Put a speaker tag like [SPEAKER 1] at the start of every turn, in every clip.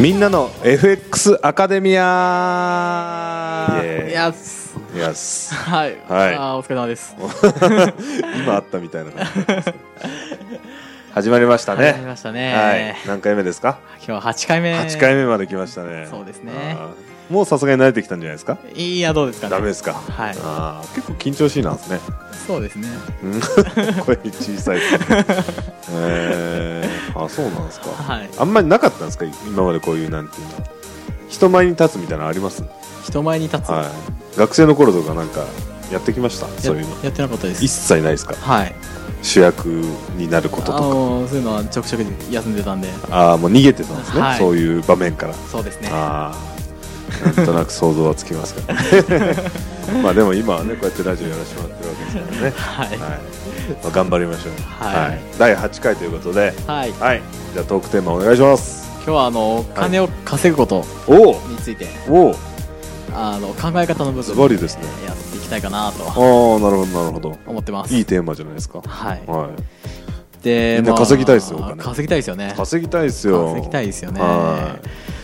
[SPEAKER 1] みんなの FX アカデミア
[SPEAKER 2] いやす
[SPEAKER 1] イエ ス
[SPEAKER 2] はい、
[SPEAKER 1] はい
[SPEAKER 2] あーお疲れ様です
[SPEAKER 1] 今あったみたいな感じですけど始まりました
[SPEAKER 2] 始まり
[SPEAKER 1] ね
[SPEAKER 2] ました
[SPEAKER 1] はい
[SPEAKER 2] ね、
[SPEAKER 1] 何回目ですか
[SPEAKER 2] 今日は8回目
[SPEAKER 1] 8回目まで来ましたね
[SPEAKER 2] そうですね
[SPEAKER 1] あーもうさすがに慣れてきたんじゃないですか
[SPEAKER 2] いいやどうですかね
[SPEAKER 1] ダメですか
[SPEAKER 2] はい
[SPEAKER 1] あー結構緊張しいなんですね
[SPEAKER 2] そうですね
[SPEAKER 1] うん 声小さいですねえー、あそうなんですか
[SPEAKER 2] はい
[SPEAKER 1] あんまりなかったんですか今までこういうなんていうの人前に立つみたいなのあります
[SPEAKER 2] 人前に立つ、
[SPEAKER 1] はい、学生の頃とかなんかやってきましたそういうの
[SPEAKER 2] ややってなかったです
[SPEAKER 1] 一切ないですか
[SPEAKER 2] はい
[SPEAKER 1] 主役になること
[SPEAKER 2] あ
[SPEAKER 1] とか
[SPEAKER 2] のーそういうのはちょくちょく休んでたんで
[SPEAKER 1] ああもう逃げてたんですね、
[SPEAKER 2] はい
[SPEAKER 1] そういう場面から
[SPEAKER 2] そうですね
[SPEAKER 1] ああなんとなく想像はつきますから ねまあでも今はねこうやってラジオやらせてもらってるわけですからね、
[SPEAKER 2] はい
[SPEAKER 1] はいまあ、頑張りましょう、
[SPEAKER 2] はい
[SPEAKER 1] 第8回ということで
[SPEAKER 2] はい
[SPEAKER 1] はいじゃあトークテーマお願いします
[SPEAKER 2] 今日はあのー金を稼ぐこと
[SPEAKER 1] お
[SPEAKER 2] について、
[SPEAKER 1] おお
[SPEAKER 2] あの考え方の部分
[SPEAKER 1] ズバリですね
[SPEAKER 2] えーやっていきたいかなと
[SPEAKER 1] おああなるほどなるほど
[SPEAKER 2] 思ってます
[SPEAKER 1] いいテーマじゃないですか
[SPEAKER 2] はい
[SPEAKER 1] はい
[SPEAKER 2] で
[SPEAKER 1] みんな
[SPEAKER 2] まあ
[SPEAKER 1] 稼ぎたいですよお金
[SPEAKER 2] 稼ぎたいですよね
[SPEAKER 1] 稼ぎたいですよ
[SPEAKER 2] 稼ぎたいですよね
[SPEAKER 1] は。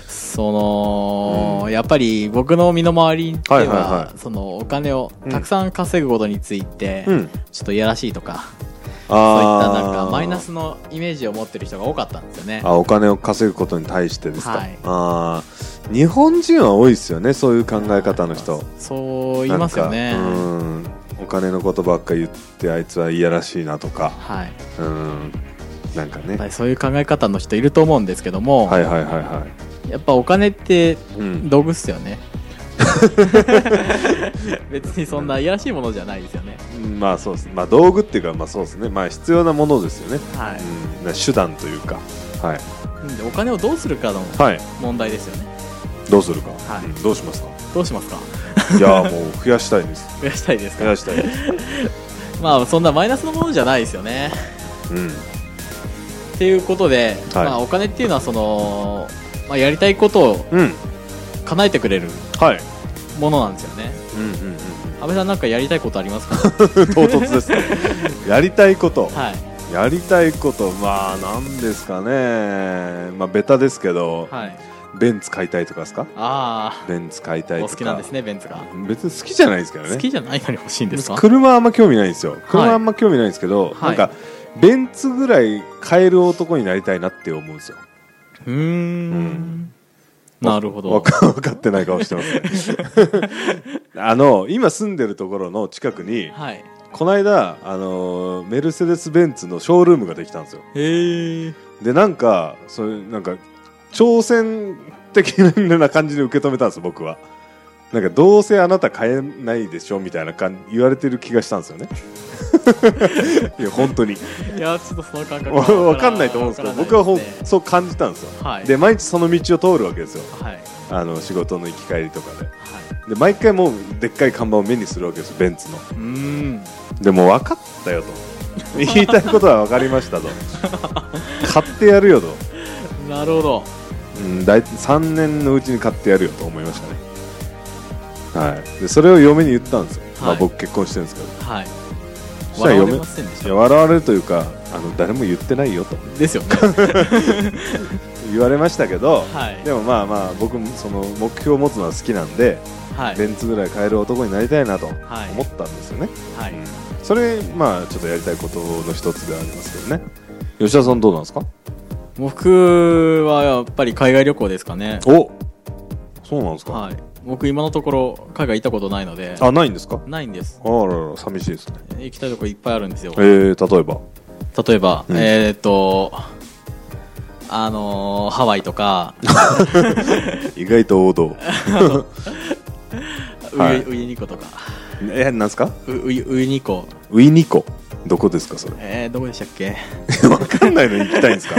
[SPEAKER 2] その、
[SPEAKER 1] う
[SPEAKER 2] やっぱり僕の身の回りでは,、
[SPEAKER 1] はいはいはい
[SPEAKER 2] そのお金をたくさん稼ぐことについて、
[SPEAKER 1] うん
[SPEAKER 2] ちょっといやらしいとか、そういっ
[SPEAKER 1] あ
[SPEAKER 2] た
[SPEAKER 1] ー
[SPEAKER 2] なんかマイナスのイメージを持ってる人が多かったんですよね。
[SPEAKER 1] あお金を稼ぐことに対してですか、
[SPEAKER 2] はい
[SPEAKER 1] あー日本人は多いですよねそういう考え方の人
[SPEAKER 2] そう言いますよね
[SPEAKER 1] な。んかうんお金のことばっか言ってあいつはいやらしいなとか
[SPEAKER 2] はい、
[SPEAKER 1] うんなんかね
[SPEAKER 2] やっぱりそういう考え方の人いると思うんですけども、
[SPEAKER 1] はいはいはいは
[SPEAKER 2] やっぱお金って
[SPEAKER 1] い、うん、
[SPEAKER 2] 道具っすよね。 別にそんないやらしいものじゃないですよね。
[SPEAKER 1] まあそうですまあ道具っていうかまあそうですねまあ必要なものですよね、
[SPEAKER 2] はい
[SPEAKER 1] うん、な手段というかはい、
[SPEAKER 2] でお金をどうするかの
[SPEAKER 1] はい、
[SPEAKER 2] 問題ですよね。
[SPEAKER 1] どうするか、
[SPEAKER 2] はい
[SPEAKER 1] うんどうしますか
[SPEAKER 2] どうしますか
[SPEAKER 1] いやーもう増やしたい です
[SPEAKER 2] 増やしたいです
[SPEAKER 1] 増
[SPEAKER 2] か
[SPEAKER 1] やしたいです
[SPEAKER 2] まあそんなマイナスのものじゃないですよね
[SPEAKER 1] うん
[SPEAKER 2] っていうことで、
[SPEAKER 1] はい
[SPEAKER 2] まあ、お金っていうのはその、まあ、やりたいことを
[SPEAKER 1] うん
[SPEAKER 2] 叶えてくれる
[SPEAKER 1] はい
[SPEAKER 2] ものなんですよね
[SPEAKER 1] うんうんうん
[SPEAKER 2] 安倍さんなんかやりたいことありま すか
[SPEAKER 1] 唐突ですね やりたいこと
[SPEAKER 2] はい
[SPEAKER 1] やりたいことまあなんですかねまあベタですけど、
[SPEAKER 2] はい
[SPEAKER 1] ベンツ買いたいとかですか
[SPEAKER 2] あ
[SPEAKER 1] ベンツ買いた
[SPEAKER 2] あ
[SPEAKER 1] い
[SPEAKER 2] お
[SPEAKER 1] とか
[SPEAKER 2] 好きなんですねベンツが、
[SPEAKER 1] 別に好きじゃないですけどね
[SPEAKER 2] 好きじゃないのに欲しいんですか
[SPEAKER 1] 車あんま興味ないんですよ車あんま興味ないんですけど、
[SPEAKER 2] はい
[SPEAKER 1] なんかベンツぐらい買える男になりたいなって思うんですよ
[SPEAKER 2] うーんなるほど
[SPEAKER 1] わか分かってない顔してます ねあの今住んでるところの近くに
[SPEAKER 2] はい
[SPEAKER 1] この間あのメルセデス・ベンツのショールームができたんですよ
[SPEAKER 2] へえ
[SPEAKER 1] でなんかそういうなんか挑戦的な感じで受け止めたんです僕はなんかどうせあなた買えないでしょみたいな感じ言われてる気がしたんですよ ねいや本当に
[SPEAKER 2] いやちょっとその感覚は
[SPEAKER 1] 分かんないと思うんですけど僕はほん
[SPEAKER 2] わからないですね
[SPEAKER 1] そう感じたんですよ、
[SPEAKER 2] はい
[SPEAKER 1] で毎日その道を通るわけですよ
[SPEAKER 2] はいはい
[SPEAKER 1] あの仕事の行き帰りとかでで毎回もうでっかい看板を目にするわけですよベンツの
[SPEAKER 2] うーん
[SPEAKER 1] でも分かった よと言いたいことは分かりましたと買ってやるよと
[SPEAKER 2] なるほど
[SPEAKER 1] うん、大3年のうちに買ってやるよと思いましたね、はい、でそれを嫁に言ったんですよ、まあ、
[SPEAKER 2] はい
[SPEAKER 1] 僕結婚してるんですけ
[SPEAKER 2] はい
[SPEAKER 1] そしたら
[SPEAKER 2] 笑わ
[SPEAKER 1] 嫁
[SPEAKER 2] れませんでし
[SPEAKER 1] どいや
[SPEAKER 2] た
[SPEAKER 1] 笑われるというかあの誰も言ってないよと
[SPEAKER 2] ですよ ね
[SPEAKER 1] 言われましたけど、
[SPEAKER 2] はい
[SPEAKER 1] でもまあまあ僕もその目標を持つのは好きなんで、
[SPEAKER 2] はい
[SPEAKER 1] ベンツぐらい買える男になりたいなと思
[SPEAKER 2] はい
[SPEAKER 1] ったんですよね、
[SPEAKER 2] はい
[SPEAKER 1] うんそれまあちょっとやりたいことの一つではありますけどね吉田さんどうなんですか
[SPEAKER 2] 僕はやっぱり海外旅行ですかね
[SPEAKER 1] おそうなんですか、
[SPEAKER 2] はい僕今のところ海外行ったことないので
[SPEAKER 1] あないんですか
[SPEAKER 2] ないんです
[SPEAKER 1] あららら寂しいですね
[SPEAKER 2] 行きたいとこいっぱいあるんですよ
[SPEAKER 1] えー、例えば
[SPEAKER 2] 例えば、
[SPEAKER 1] うん
[SPEAKER 2] えーっとあのーハワイとか
[SPEAKER 1] 意外と王道
[SPEAKER 2] ウ
[SPEAKER 1] はい
[SPEAKER 2] ユウユニコとか
[SPEAKER 1] えなんですか
[SPEAKER 2] ウウユウユニコ
[SPEAKER 1] ウィニコどこですかそれ
[SPEAKER 2] えー、どこでしたっけ
[SPEAKER 1] わかんないのに行きたいんです か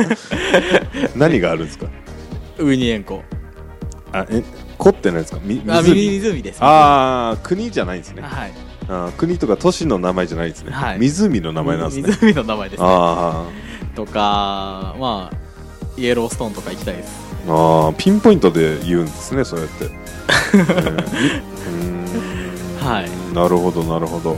[SPEAKER 1] 何があるんですか
[SPEAKER 2] ウユニ塩湖
[SPEAKER 1] あえコってないですかみ
[SPEAKER 2] あ
[SPEAKER 1] 湖
[SPEAKER 2] 湖です
[SPEAKER 1] ああ国じゃないんですね
[SPEAKER 2] はい
[SPEAKER 1] あー国とか都市の名前じゃないですね、
[SPEAKER 2] はい
[SPEAKER 1] 湖の名前なんですね
[SPEAKER 2] 湖の名前ですね
[SPEAKER 1] あー
[SPEAKER 2] とかまあイエローストーンとか行きたいです
[SPEAKER 1] あーピンポイントで言うんですねそうやって えーうーん
[SPEAKER 2] はい
[SPEAKER 1] なるほどなるほど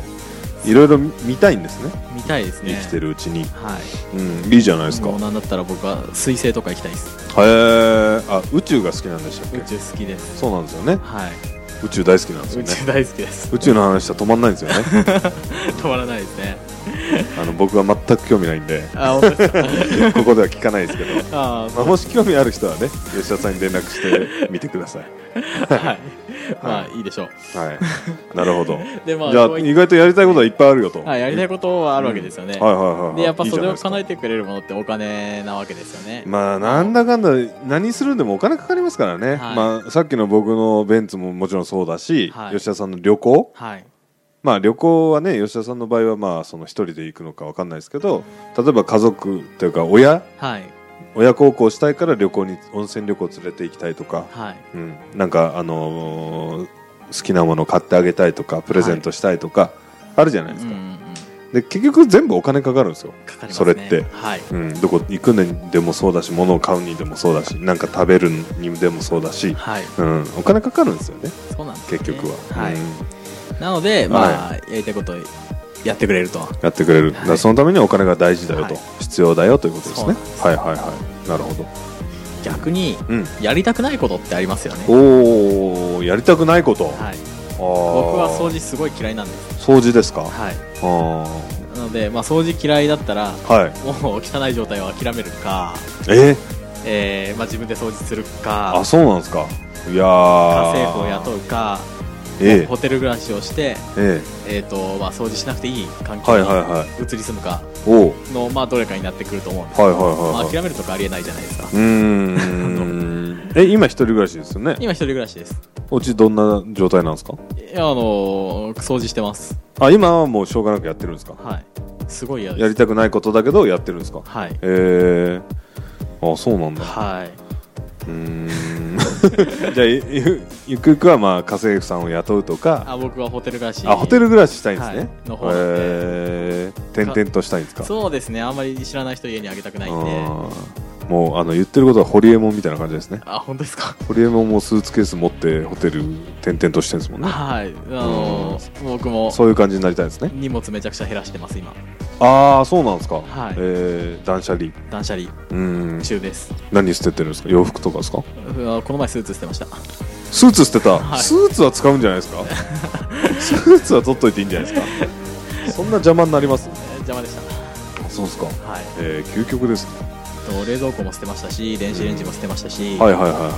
[SPEAKER 1] いろいろ見たいんですね
[SPEAKER 2] 見たいです
[SPEAKER 1] 生
[SPEAKER 2] ね
[SPEAKER 1] きてるうちに、
[SPEAKER 2] はい
[SPEAKER 1] うん、いいじゃないですかへ
[SPEAKER 2] もうなんだったら僕は水星とか行きたいです
[SPEAKER 1] えあ宇宙が好きなんでしたっ
[SPEAKER 2] 宇
[SPEAKER 1] け
[SPEAKER 2] 宙好きです
[SPEAKER 1] そうなんですよね
[SPEAKER 2] はい
[SPEAKER 1] 宇宙大好きなんですよ
[SPEAKER 2] 宇
[SPEAKER 1] ね
[SPEAKER 2] 宙大好きです
[SPEAKER 1] 宇宙の話は止まんないんですよ ね
[SPEAKER 2] 止まらないですね
[SPEAKER 1] あの僕は全く興味ないんで
[SPEAKER 2] あ本当ですか
[SPEAKER 1] ここでは聞かないですけ ど、
[SPEAKER 2] あー
[SPEAKER 1] まあ、もし興味ある人はね吉田さんに連絡してみてください
[SPEAKER 2] はいまあいいでしょう
[SPEAKER 1] はいなるほど
[SPEAKER 2] でまあ
[SPEAKER 1] じゃ
[SPEAKER 2] こ
[SPEAKER 1] あ
[SPEAKER 2] うい
[SPEAKER 1] 意外とやりたいことはいっぱいあるよと、
[SPEAKER 2] はいやりたいことはあるわけですよね、
[SPEAKER 1] はいはいはいはい
[SPEAKER 2] でやっぱ
[SPEAKER 1] いい
[SPEAKER 2] そ
[SPEAKER 1] じゃない
[SPEAKER 2] れを
[SPEAKER 1] ですか
[SPEAKER 2] 叶えてくれるものってお金なわけですよね、
[SPEAKER 1] まあなんだかんだ何するんでもお金かかりますからね、
[SPEAKER 2] はい
[SPEAKER 1] まあ、さっきの僕のベンツももちろんそうだし、
[SPEAKER 2] はい
[SPEAKER 1] 吉田さんの旅行、
[SPEAKER 2] はい
[SPEAKER 1] まあ、旅行はね吉田さんの場合はまあその一人で行くのか分かんないですけど例えば家族というか親
[SPEAKER 2] はい
[SPEAKER 1] 親孝行したいから旅行に温泉旅行連れて行きたいとか、
[SPEAKER 2] はい
[SPEAKER 1] うん、なんか、あのー好きなものを買ってあげたいとかプレゼントしたいとか、あるじゃないで
[SPEAKER 2] う
[SPEAKER 1] す
[SPEAKER 2] んう
[SPEAKER 1] か、
[SPEAKER 2] ん
[SPEAKER 1] で結局全部お金かかるんですよ、
[SPEAKER 2] かかりますね
[SPEAKER 1] それって
[SPEAKER 2] はい
[SPEAKER 1] うん、どこ行くにでもそうだし物を買うにでもそうだしなんか食べるにでもそうだし、
[SPEAKER 2] はい
[SPEAKER 1] うん、お金かかるんですよね
[SPEAKER 2] そうなんですね
[SPEAKER 1] 結局は、
[SPEAKER 2] はい
[SPEAKER 1] うん
[SPEAKER 2] なのでまあやりたいことやってくれると
[SPEAKER 1] やってくれる、だからそのためにはお金が大事だよと、
[SPEAKER 2] はい
[SPEAKER 1] 必要だよということです
[SPEAKER 2] そう
[SPEAKER 1] ね
[SPEAKER 2] なんで
[SPEAKER 1] はいはいはいなるほど、
[SPEAKER 2] 逆に
[SPEAKER 1] うん、
[SPEAKER 2] やりたくないことってありますよね
[SPEAKER 1] おおやりたくないこと、
[SPEAKER 2] はい
[SPEAKER 1] 僕
[SPEAKER 2] 僕は掃
[SPEAKER 1] 除
[SPEAKER 2] 除すごい嫌いなんです
[SPEAKER 1] 掃除ですかあ
[SPEAKER 2] はい
[SPEAKER 1] ー
[SPEAKER 2] なのでまあ掃除嫌いだったら
[SPEAKER 1] はい
[SPEAKER 2] もう汚い状態を諦めるか
[SPEAKER 1] えー、
[SPEAKER 2] えーまあ自分で掃除する
[SPEAKER 1] あ
[SPEAKER 2] か
[SPEAKER 1] そうなんですかいや
[SPEAKER 2] 家
[SPEAKER 1] ー
[SPEAKER 2] 政婦を雇うか
[SPEAKER 1] ええ
[SPEAKER 2] ホテル暮らしをして
[SPEAKER 1] え
[SPEAKER 2] えーとまあ掃除しなくていい環
[SPEAKER 1] えは
[SPEAKER 2] 境
[SPEAKER 1] い
[SPEAKER 2] に
[SPEAKER 1] はいはい
[SPEAKER 2] 移り住むか
[SPEAKER 1] おう
[SPEAKER 2] の、まあ、どれかになってくると思うんです
[SPEAKER 1] はいはい
[SPEAKER 2] まあ、
[SPEAKER 1] はいはい
[SPEAKER 2] 諦めるとかありえないじゃないですか
[SPEAKER 1] う ーんえ今一人暮らしですよね
[SPEAKER 2] 今一人暮らしです
[SPEAKER 1] お家どんな状態なんですか
[SPEAKER 2] いやあのー掃除してます
[SPEAKER 1] あ今はもうしょうがなくやってるんですか
[SPEAKER 2] はいすごい嫌です
[SPEAKER 1] やりたくないことだけどやってるんですか
[SPEAKER 2] はい
[SPEAKER 1] えー、あそうなんだ
[SPEAKER 2] は
[SPEAKER 1] うー んじゃあゆゆくゆくはまあ家政婦さんを雇うとか
[SPEAKER 2] あ僕はホテル暮らし
[SPEAKER 1] あホテル暮らししたいんですね、
[SPEAKER 2] はいの方なんで
[SPEAKER 1] えー、転々としたいんですか
[SPEAKER 2] そうですねあんまり知らない人家にあげたくないんで
[SPEAKER 1] あーもうあの言ってることはホリエモンみたいな感じですね
[SPEAKER 2] あ本当ですか
[SPEAKER 1] ホリエモンもスーツケース持ってホテル転々としてるんですもんね
[SPEAKER 2] はいあのー僕も
[SPEAKER 1] そういう感じになりたいですね
[SPEAKER 2] 荷物めちゃくちゃ減らしてます今
[SPEAKER 1] ああそうなんですか、
[SPEAKER 2] はい
[SPEAKER 1] えー断捨離
[SPEAKER 2] 断捨離
[SPEAKER 1] うん
[SPEAKER 2] 中です
[SPEAKER 1] 何捨ててるんですか洋服とかですか
[SPEAKER 2] うわこの前スーツ捨てました
[SPEAKER 1] スーツ捨てた、
[SPEAKER 2] はい
[SPEAKER 1] スーツは使うんじゃないです かスーツは取っといていいんじゃないですかそんな邪魔になります
[SPEAKER 2] えー邪魔でした
[SPEAKER 1] そうですか
[SPEAKER 2] はい
[SPEAKER 1] えー、究極ですね
[SPEAKER 2] と冷蔵庫も捨てましたし電子レンジも捨てましたし、
[SPEAKER 1] はいはいはいはい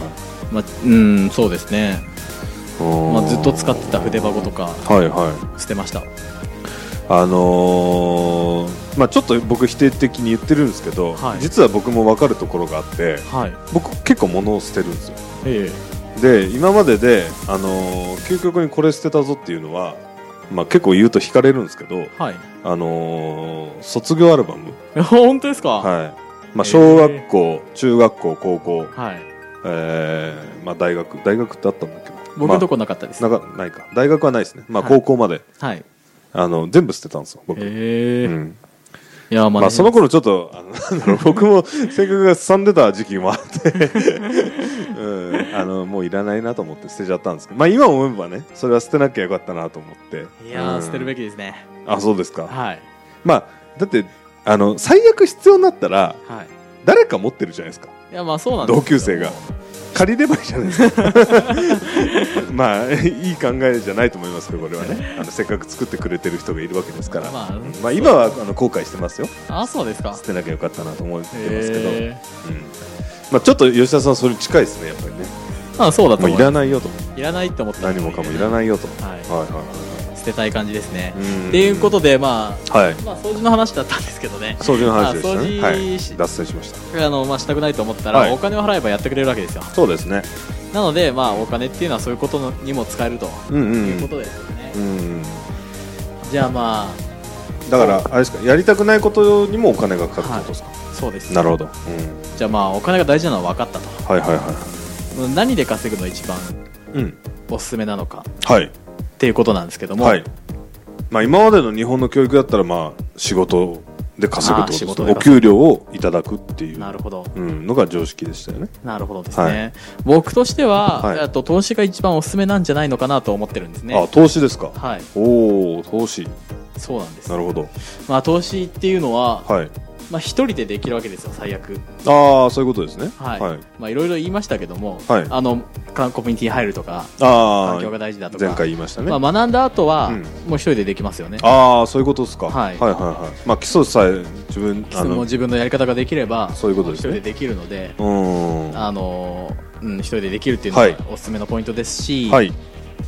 [SPEAKER 2] まあ、うんそうですね、ま
[SPEAKER 1] ま
[SPEAKER 2] あ、ずっと使ってた筆箱とか
[SPEAKER 1] はいはい
[SPEAKER 2] 捨てました
[SPEAKER 1] あのーまあ、ちょっと僕否定的に言ってるんですけど、
[SPEAKER 2] はい
[SPEAKER 1] 実は僕も分かるところがあって
[SPEAKER 2] はい
[SPEAKER 1] 僕結構物を捨てるんですよ
[SPEAKER 2] え
[SPEAKER 1] で今までで、あのー究極にこれ捨てたぞっていうのは、まあ、結構言うと引かれるんですけど、
[SPEAKER 2] えはい
[SPEAKER 1] あのー卒業アルバム、
[SPEAKER 2] 本当ですかは
[SPEAKER 1] はいまあ、小学校、中学校高校、
[SPEAKER 2] い、
[SPEAKER 1] えーまあ、大学大学ってあったんだっけど
[SPEAKER 2] 僕のとこなかったです、
[SPEAKER 1] まあなかないか大学はないですね、まあ、
[SPEAKER 2] はい
[SPEAKER 1] 高校まで、
[SPEAKER 2] はい
[SPEAKER 1] あの全部捨てたんですよ僕、
[SPEAKER 2] ええ
[SPEAKER 1] うん、
[SPEAKER 2] いやまあ、
[SPEAKER 1] まあ、その頃ちょっとあのなんだろう僕も性格がすさんでた時期もあって、うん、あのもういらないなと思って捨てちゃったんですけど、まあ、今思えばねそれは捨てなきゃよかったなと思って
[SPEAKER 2] いやー、
[SPEAKER 1] うん
[SPEAKER 2] 捨てるべきですね
[SPEAKER 1] あそうですか、
[SPEAKER 2] はい
[SPEAKER 1] まあ、だってあの最悪必要になったら
[SPEAKER 2] はい
[SPEAKER 1] 誰か持ってるじゃないですか
[SPEAKER 2] いやまあそうなんです
[SPEAKER 1] 同級生が借りればいいじゃないですか まあいい考えじゃないと思いますけどこれはねあのせっかく作ってくれてる人がいるわけですから、ま
[SPEAKER 2] まあ
[SPEAKER 1] あ、今はあの後悔してますよ
[SPEAKER 2] あそうですか
[SPEAKER 1] 捨てなきゃよかったなと思ってますけど、
[SPEAKER 2] ええ
[SPEAKER 1] うんまあ、ちょっと吉田さんそれ近いですねやっぱりね
[SPEAKER 2] まあそうだと
[SPEAKER 1] もう
[SPEAKER 2] 思
[SPEAKER 1] いうらないよと
[SPEAKER 2] いらないって思った
[SPEAKER 1] 何もかもいらないよと
[SPEAKER 2] はい
[SPEAKER 1] はいはいは
[SPEAKER 2] 捨てたい感じですね
[SPEAKER 1] いん
[SPEAKER 2] っていうことでまあ
[SPEAKER 1] はい
[SPEAKER 2] まあ掃除の話だったんですけどね
[SPEAKER 1] 掃除の話でしたね
[SPEAKER 2] まあ
[SPEAKER 1] は
[SPEAKER 2] 掃除
[SPEAKER 1] い
[SPEAKER 2] し
[SPEAKER 1] 脱線しました
[SPEAKER 2] あのまあしたくないと思ったら、
[SPEAKER 1] はい
[SPEAKER 2] お金を払えばやってくれるわけですよ
[SPEAKER 1] そうですね
[SPEAKER 2] なのでまあお金っていうのはそういうことのにも使えると
[SPEAKER 1] うんう
[SPEAKER 2] いうこ
[SPEAKER 1] ん
[SPEAKER 2] とですよね、
[SPEAKER 1] うん
[SPEAKER 2] じゃあまあ
[SPEAKER 1] だからあれですかやりたくないことにもお金がかかるってことですか、
[SPEAKER 2] そうです
[SPEAKER 1] なるほど、うん、
[SPEAKER 2] じゃあまあお金が大事なのは分かったと
[SPEAKER 1] はいはいは
[SPEAKER 2] 何で稼ぐの一番
[SPEAKER 1] いうん
[SPEAKER 2] おすすめなのか
[SPEAKER 1] はい
[SPEAKER 2] っていうことなんですけども、
[SPEAKER 1] はいまあ今までの日本の教育だったらまあ仕事で稼ぐってことです
[SPEAKER 2] あー仕
[SPEAKER 1] ね
[SPEAKER 2] 事で稼
[SPEAKER 1] お給
[SPEAKER 2] ぐ
[SPEAKER 1] 料をいただくっていう
[SPEAKER 2] なるほど
[SPEAKER 1] うん、のが常識でしたよね
[SPEAKER 2] なるほどですね、
[SPEAKER 1] はい
[SPEAKER 2] 僕としては、
[SPEAKER 1] はい
[SPEAKER 2] えっと投資が一番おすすめなんじゃないのかなと思ってるんですね
[SPEAKER 1] あ投資ですか
[SPEAKER 2] はい
[SPEAKER 1] おお投資
[SPEAKER 2] そうなんです
[SPEAKER 1] なるほど
[SPEAKER 2] まあ投資っていうのは、
[SPEAKER 1] はい
[SPEAKER 2] まあ一人でできるわけですよ最悪
[SPEAKER 1] ああそういうことですね
[SPEAKER 2] はい、
[SPEAKER 1] はい、
[SPEAKER 2] まあいろいろ言いましたけども、
[SPEAKER 1] はい
[SPEAKER 2] あのかコミュニティに入るとか
[SPEAKER 1] あ
[SPEAKER 2] 環境が
[SPEAKER 1] あ
[SPEAKER 2] 大事だとか
[SPEAKER 1] 前回言いましたね、
[SPEAKER 2] まあ、学んだ後は、
[SPEAKER 1] うん
[SPEAKER 2] もう一人でできますよね
[SPEAKER 1] ああそういうことですか、
[SPEAKER 2] はい
[SPEAKER 1] はいはいはいまあ基礎さえ自分
[SPEAKER 2] 質問自分のやり方ができれば
[SPEAKER 1] そういうこと
[SPEAKER 2] も
[SPEAKER 1] で
[SPEAKER 2] う一
[SPEAKER 1] す
[SPEAKER 2] 人
[SPEAKER 1] ね
[SPEAKER 2] でできるので、
[SPEAKER 1] あのうーん
[SPEAKER 2] あのうん、一人でできるっていうの
[SPEAKER 1] はい
[SPEAKER 2] がおすすめのポイントですし、
[SPEAKER 1] はい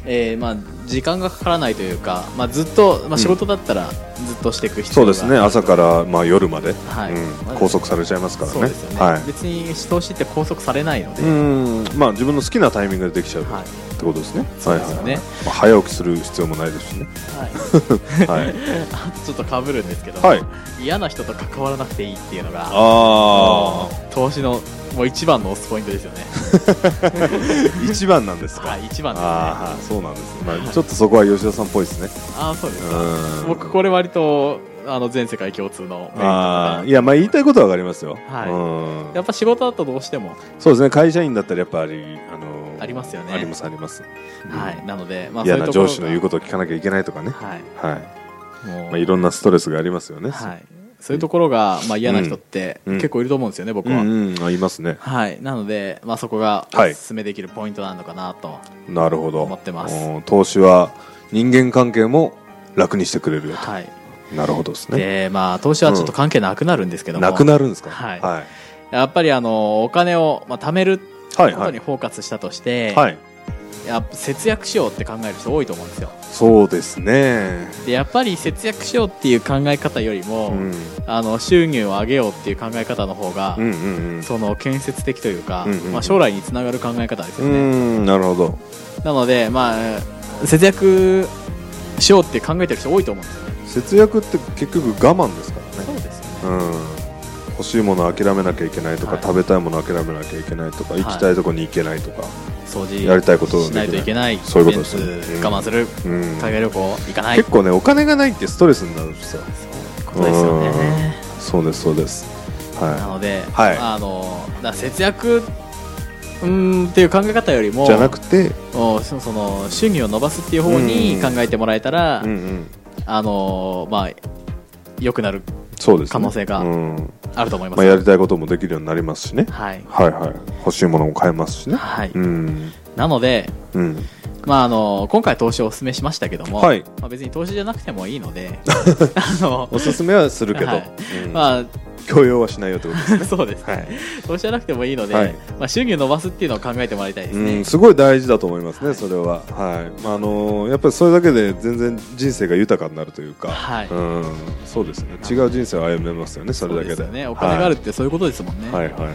[SPEAKER 2] えーまあ、時間がかからないというか、まあ、ずっと、まあ、仕事だったらずっとしていく必
[SPEAKER 1] そ
[SPEAKER 2] 要
[SPEAKER 1] う
[SPEAKER 2] が
[SPEAKER 1] ですね朝からまあ夜まで、
[SPEAKER 2] はい
[SPEAKER 1] うん、拘束されちゃいますからね
[SPEAKER 2] そうですよね、
[SPEAKER 1] はい
[SPEAKER 2] 別に投資って拘束されないので、
[SPEAKER 1] うーんまあ自分の好きなタイミングでできちゃう、
[SPEAKER 2] はい
[SPEAKER 1] ってことですね。
[SPEAKER 2] そうですよね
[SPEAKER 1] はいはいはいまあ早起きする必要もないですしね。
[SPEAKER 2] はい、
[SPEAKER 1] はい。
[SPEAKER 2] あとちょっとかぶるんですけど、
[SPEAKER 1] はい
[SPEAKER 2] 嫌な人と関わらなくていいっていうの が
[SPEAKER 1] ああ、
[SPEAKER 2] もう投資のもう一番のオスポイントですよね
[SPEAKER 1] 一番なんですか。
[SPEAKER 2] はい一番ですね
[SPEAKER 1] ああ、そうなんですね。まあちょっとそこは吉田さんっぽいですね。
[SPEAKER 2] ああそうですか
[SPEAKER 1] うん。
[SPEAKER 2] 僕これ割とあの全世界共通のメリット
[SPEAKER 1] あ
[SPEAKER 2] だ
[SPEAKER 1] あ、いやまあ言いたいことはわかりますよ。
[SPEAKER 2] はい
[SPEAKER 1] うん
[SPEAKER 2] なやっぱ仕事だとどうしても、
[SPEAKER 1] そうですね。会社員だったらやっぱりあのー
[SPEAKER 2] ありますよね
[SPEAKER 1] ありますあります。
[SPEAKER 2] はい、なので、まあ、
[SPEAKER 1] 嫌な上司の言うこととを聞かなきゃいけないとかね
[SPEAKER 2] ろ。がはい
[SPEAKER 1] はい。
[SPEAKER 2] もう
[SPEAKER 1] まあいろんなストレスがありますよね。
[SPEAKER 2] はい、そういうところが、まあ、嫌な人って
[SPEAKER 1] うん
[SPEAKER 2] 結構いると思うんですよね、僕
[SPEAKER 1] うん
[SPEAKER 2] は、
[SPEAKER 1] うん、ありますね。
[SPEAKER 2] はい、なので、まあ、そこがお
[SPEAKER 1] はい
[SPEAKER 2] すすめできるポイントなのかなと、
[SPEAKER 1] なるほど。
[SPEAKER 2] 思ってます
[SPEAKER 1] うん投資は人間関係も楽にしてくれるよと。
[SPEAKER 2] はい
[SPEAKER 1] なるほどですね。
[SPEAKER 2] でまあ、投資はちょっと関係なくなるんですけども、
[SPEAKER 1] なくなるんですか
[SPEAKER 2] はい
[SPEAKER 1] はい
[SPEAKER 2] やっぱりあのお金を、まあ、貯めるこ
[SPEAKER 1] はい
[SPEAKER 2] とにフォーカスしたとして、
[SPEAKER 1] はい
[SPEAKER 2] やっぱ節約しようって考える人多いと思うんですよ
[SPEAKER 1] そうですね
[SPEAKER 2] でやっぱり節約しようっていう考え方よりも、
[SPEAKER 1] うん
[SPEAKER 2] あの収入を上げようっていう考え方の方が、
[SPEAKER 1] うんうん
[SPEAKER 2] その建設的というか、
[SPEAKER 1] うんうんうん
[SPEAKER 2] まあ、将来につながる考え方です
[SPEAKER 1] う
[SPEAKER 2] よね、
[SPEAKER 1] んうんなるほど
[SPEAKER 2] なので、まあ、節約しようって考えてる人多いと思うんですよね。
[SPEAKER 1] 節約って結局我慢ですからね
[SPEAKER 2] うですよね。
[SPEAKER 1] うん欲しいもの諦めなきゃいけないとか、
[SPEAKER 2] はい
[SPEAKER 1] 食べたいもの諦めなきゃいけないとか、
[SPEAKER 2] い
[SPEAKER 1] 行きたいとこに行けないとか、
[SPEAKER 2] 掃除
[SPEAKER 1] やりたいことをで
[SPEAKER 2] し
[SPEAKER 1] き
[SPEAKER 2] な
[SPEAKER 1] ない
[SPEAKER 2] いといけない。
[SPEAKER 1] そういうことですね
[SPEAKER 2] メンツ
[SPEAKER 1] うん
[SPEAKER 2] 我慢する。
[SPEAKER 1] うん
[SPEAKER 2] 海外旅行行かない。
[SPEAKER 1] 結構ねお金がないってストレスになるんですよ
[SPEAKER 2] ことですよね。
[SPEAKER 1] そうですそうです
[SPEAKER 2] な
[SPEAKER 1] は
[SPEAKER 2] ので、
[SPEAKER 1] はい
[SPEAKER 2] あのだから節約うーんっていう考え方より
[SPEAKER 1] い
[SPEAKER 2] も、
[SPEAKER 1] じゃなくて
[SPEAKER 2] おそその収入を伸ばすっていう方に考えてもらえたら、
[SPEAKER 1] うんうん
[SPEAKER 2] あのまあ良くなる
[SPEAKER 1] そうですね
[SPEAKER 2] 可能性が
[SPEAKER 1] うん
[SPEAKER 2] あると思います。
[SPEAKER 1] まあやりたいこともできるようになりますしね
[SPEAKER 2] はい
[SPEAKER 1] はいはい欲しいものも買えますしね
[SPEAKER 2] はい。
[SPEAKER 1] うん
[SPEAKER 2] なので、
[SPEAKER 1] うん
[SPEAKER 2] まあ、あの今回投資をお勧めしましたけども、
[SPEAKER 1] はい
[SPEAKER 2] まあ、別に投資じゃなくてもいい のであの、
[SPEAKER 1] おすすめはするけど、
[SPEAKER 2] はい
[SPEAKER 1] うん
[SPEAKER 2] ま
[SPEAKER 1] 強要はしないよってことで すね。
[SPEAKER 2] あ、そうです、
[SPEAKER 1] はい
[SPEAKER 2] 投資じゃなくてもいいので、
[SPEAKER 1] はい
[SPEAKER 2] まあ、収入伸ばすっていうのを考えてもらいたいですね、
[SPEAKER 1] うん、すごい大事だと思いますね、それは、はいまああのーやっぱりそれだけで全然人生が豊かになるというか、
[SPEAKER 2] はい
[SPEAKER 1] うん、そうですね違う人生を歩めますよね、それだけで
[SPEAKER 2] そうですよねお金があるっ
[SPEAKER 1] は
[SPEAKER 2] てそういうことですもんね、
[SPEAKER 1] い、はいはいはいは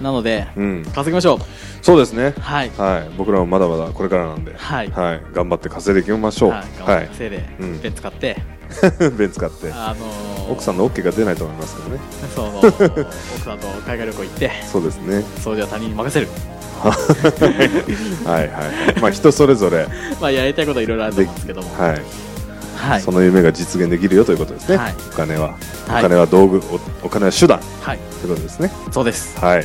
[SPEAKER 1] い
[SPEAKER 2] なので
[SPEAKER 1] うん、
[SPEAKER 2] 稼ぎましょう
[SPEAKER 1] そうですね、
[SPEAKER 2] はい
[SPEAKER 1] はい、僕らもまだまだこれからなんで、
[SPEAKER 2] はい
[SPEAKER 1] 頑張って稼いでいきましょう、
[SPEAKER 2] はい頑張
[SPEAKER 1] は
[SPEAKER 2] ってせいで、
[SPEAKER 1] うん
[SPEAKER 2] ペン使って、
[SPEAKER 1] い、 ベン使って
[SPEAKER 2] あのー
[SPEAKER 1] 奥さんの OK が出ないと思いますけどね
[SPEAKER 2] そう奥さんと海外旅行行って
[SPEAKER 1] そうですね
[SPEAKER 2] 掃除は他人に任せる、
[SPEAKER 1] はいはいはい、まあ、人それぞれ、
[SPEAKER 2] まあ、やりたいこといろいろあると思うんですけども、
[SPEAKER 1] はい、
[SPEAKER 2] はい
[SPEAKER 1] その夢が実現できるよということですね、
[SPEAKER 2] はい
[SPEAKER 1] お金は、
[SPEAKER 2] はい
[SPEAKER 1] お金は道具おお金は手段
[SPEAKER 2] はい、
[SPEAKER 1] ということですね
[SPEAKER 2] そうです
[SPEAKER 1] はい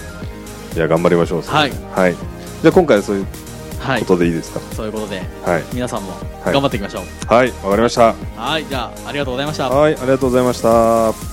[SPEAKER 1] じゃあ頑張りましょう
[SPEAKER 2] はい
[SPEAKER 1] はい、じゃあ今回はそういう
[SPEAKER 2] はい
[SPEAKER 1] ことでいいですか
[SPEAKER 2] そういうことで
[SPEAKER 1] はい
[SPEAKER 2] 皆さんも
[SPEAKER 1] い
[SPEAKER 2] 頑張っていきましょう、
[SPEAKER 1] はいわ、かりました
[SPEAKER 2] はい、じゃあありがとうございました。
[SPEAKER 1] はいありがとうございました